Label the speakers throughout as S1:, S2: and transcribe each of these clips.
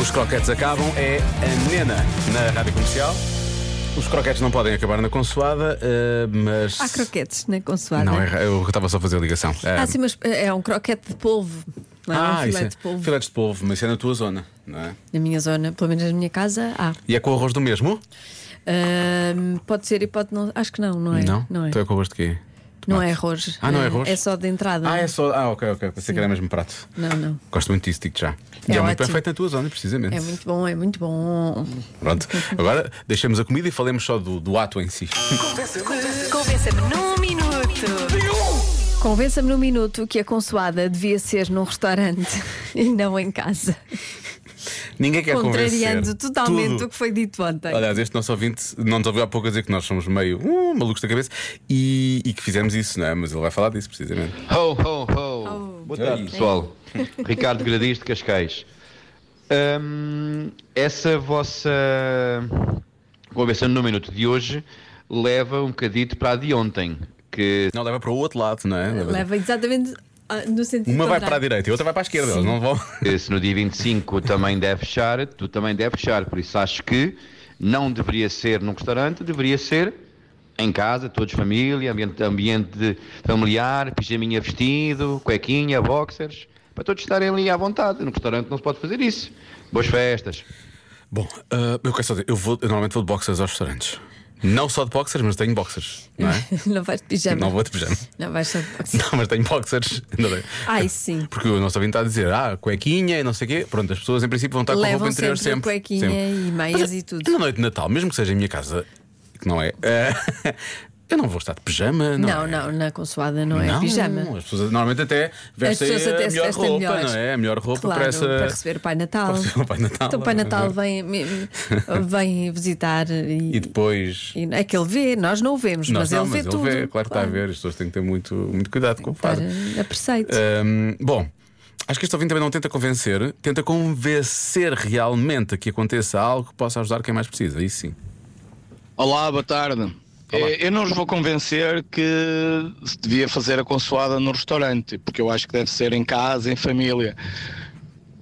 S1: Os croquetes acabam, é a Nena na rádio comercial. Os croquetes não podem acabar na consoada, eh, mas.
S2: Há croquetes na consoada.
S1: Não, é- eu estava só a fazer a ligação. Eh,
S2: Ah, sim, mas é um croquete de polvo. Não é um
S1: ah,
S2: filé
S1: isso é-
S2: de polvo.
S1: filetes de polvo, mas isso é na tua zona, não é?
S2: Na minha zona, pelo menos na minha casa, há.
S1: E é com arroz do mesmo?
S2: Ahm, pode ser e pode não. Acho que não, não é?
S1: Não?
S2: é.
S1: Então é com arroz de quê?
S2: Não
S1: Tomate.
S2: é arroz.
S1: Ah, não é arroz?
S2: É só de entrada.
S1: Ah, é só. Ah, ok, ok. Pensei que era mesmo prato.
S2: Não, não.
S1: Gosto muito disso, digo já. e
S2: É
S1: é muito bem
S2: ótimo.
S1: feito na tua zona, precisamente.
S2: É muito bom, é muito bom.
S1: Pronto. Agora deixemos a comida e falemos só do, do ato em si.
S3: Convença-me num minuto.
S2: Convença-me num minuto que a consoada devia ser num restaurante e não em casa.
S1: Ninguém quer
S2: Contrariando
S1: convencer.
S2: totalmente
S1: Tudo.
S2: o que foi dito ontem.
S1: Aliás, este nosso ouvinte não nos ouviu há pouco a dizer que nós somos meio uh, malucos da cabeça e, e que fizemos isso, não é? Mas ele vai falar disso, precisamente.
S4: Ho, ho, ho! Boa tarde, pessoal. Ricardo Gradis de Cascais. Hum, essa vossa conversa no minuto de hoje leva um bocadito para a de ontem, que
S1: Não, leva para o outro lado, não é?
S2: Leva exatamente ah, no sentido
S1: Uma vai para a
S2: contrário.
S1: direita e outra vai para a esquerda. Eles não vão.
S4: se no dia 25 também deve fechar, tu também deve fechar. Por isso acho que não deveria ser num restaurante, deveria ser em casa, todos família, ambiente, ambiente de- familiar, pijaminha vestido, cuequinha, boxers, para todos estarem ali à vontade. No restaurante não se pode fazer isso. Boas festas.
S1: Bom, ah, eu quero só dizer, eu, vou, eu normalmente vou de boxers aos restaurantes. Não só de boxers, mas tenho boxers, não é?
S2: Não vais de pijama.
S1: Não vou de pijama.
S2: Não vais só de boxer.
S1: Não, mas tenho boxers. Não tenho.
S2: Ai, sim.
S1: Porque o nosso ouvinte está a dizer, ah, cuequinha e não sei o quê. Pronto, as pessoas em princípio vão estar com a roupa
S2: Levam
S1: interior sempre.
S2: sempre, cuequinha
S1: sempre.
S2: e meias e tudo.
S1: Na é noite de Natal, mesmo que seja em minha casa, que não é, eh, eu não vou estar de pijama, não é?
S2: Não, não, na consoada não, é
S1: Não,
S2: pijama.
S1: As pessoas normalmente até
S2: As
S1: vestem
S2: pessoas até
S1: a
S2: se
S1: melhor
S2: vestem
S1: roupa,
S2: melhor.
S1: não é? A melhor roupa
S2: Claro,
S1: para essa.
S2: para receber Pai Natal.
S1: para receber o Pai Natal. é.
S2: Então o Pai Natal vem, me- vem visitar e,
S1: E depois.
S2: e- é que ele vê, nós não o vemos,
S1: Nós
S2: mas
S1: não,
S2: ele vê
S1: mas
S2: tudo.
S1: ele vê, claro que está a ver, as pessoas têm que ter muito, muito cuidado com o
S2: Estar
S1: padre.
S2: a preceito.
S1: Hum, bom, acho que este ouvinte também não tenta convencer, tenta convencer realmente a que aconteça algo que possa ajudar quem mais precisa. Aí sim.
S5: Olá, boa tarde. Eh, Eu não os vou convencer que se devia fazer a consoada no restaurante, porque eu acho que deve ser em casa, em família.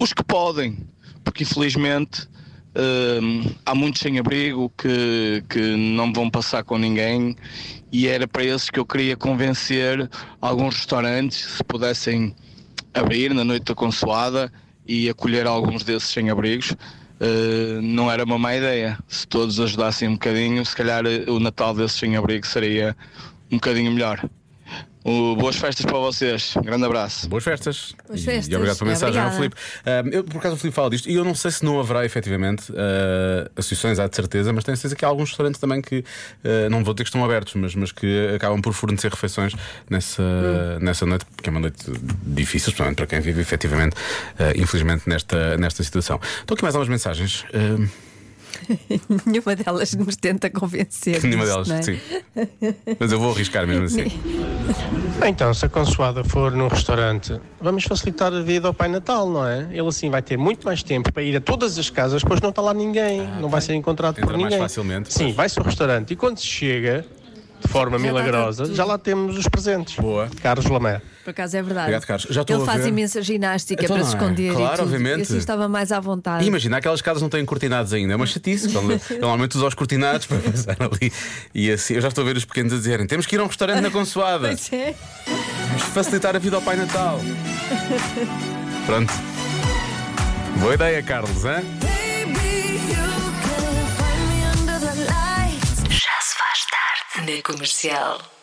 S5: Os que podem, porque infelizmente hum, há muitos sem abrigo que, que não vão passar com ninguém e era para esses que eu queria convencer alguns restaurantes, se pudessem abrir na noite da consoada e acolher alguns desses sem-abrigos eh, não era uma má ideia. Se todos ajudassem um bocadinho, se calhar eh, o Natal desses sem-abrigo seria um bocadinho melhor. O- boas festas para vocês. Um grande abraço.
S1: Boas festas.
S2: Boas
S1: E-
S2: festas. É,
S1: E obrigado pela mensagem ao
S2: Obrigada.
S1: Filipe. Hum, eu, por acaso, o Filipe fala disto e eu não sei se não haverá efetivamente ah, associações, há de certeza, mas tenho certeza que há alguns restaurantes também que, ah, não vou dizer que estão abertos, mas, mas que acabam por fornecer refeições nessa,
S2: Hum.
S1: nessa noite, porque é uma noite difícil, especialmente para quem vive efetivamente, ah, infelizmente, nesta, nesta situação. Estou aqui mais algumas mensagens. Hum,
S2: Nenhuma delas nos tenta convencer.
S1: Nenhuma
S2: disto,
S1: delas,
S2: não é?
S1: sim. Mas eu vou arriscar mesmo assim.
S6: Então, se a consoada for num restaurante, vamos facilitar a vida ao Pai Natal, não é? Ele assim vai ter muito mais tempo para ir a todas as casas, pois não está lá ninguém, não vai ser encontrado
S1: Ah, Entra
S6: por
S1: mais
S6: ninguém.
S1: facilmente,
S6: Sim,
S1: pois.
S6: vai-se ao restaurante e quando se chega, de forma
S2: Já está
S6: milagrosa,
S2: tudo.
S6: já lá temos os presentes.
S1: Boa.
S6: Carlos Lamé.
S2: Por acaso é verdade.
S1: Obrigado, Carlos. Já estou
S2: ele
S1: a
S2: faz
S1: ver.
S2: imensa ginástica
S1: Então
S2: para
S1: não
S2: se
S1: é?
S2: esconder.
S1: Claro,
S2: e tudo.
S1: obviamente.
S2: E assim estava mais à vontade.
S1: E imagina, aquelas casas não têm cortinados ainda, é uma chatice. Então, Normalmente usam os cortinados para passar ali. E assim, eu já estou a ver os pequenos a dizerem: temos que ir a um restaurante na Consoada,
S2: Pois é.
S1: vamos facilitar a vida ao Pai Natal. Pronto. Boa ideia, Carlos, hein?
S3: Já se faz tarde na comercial.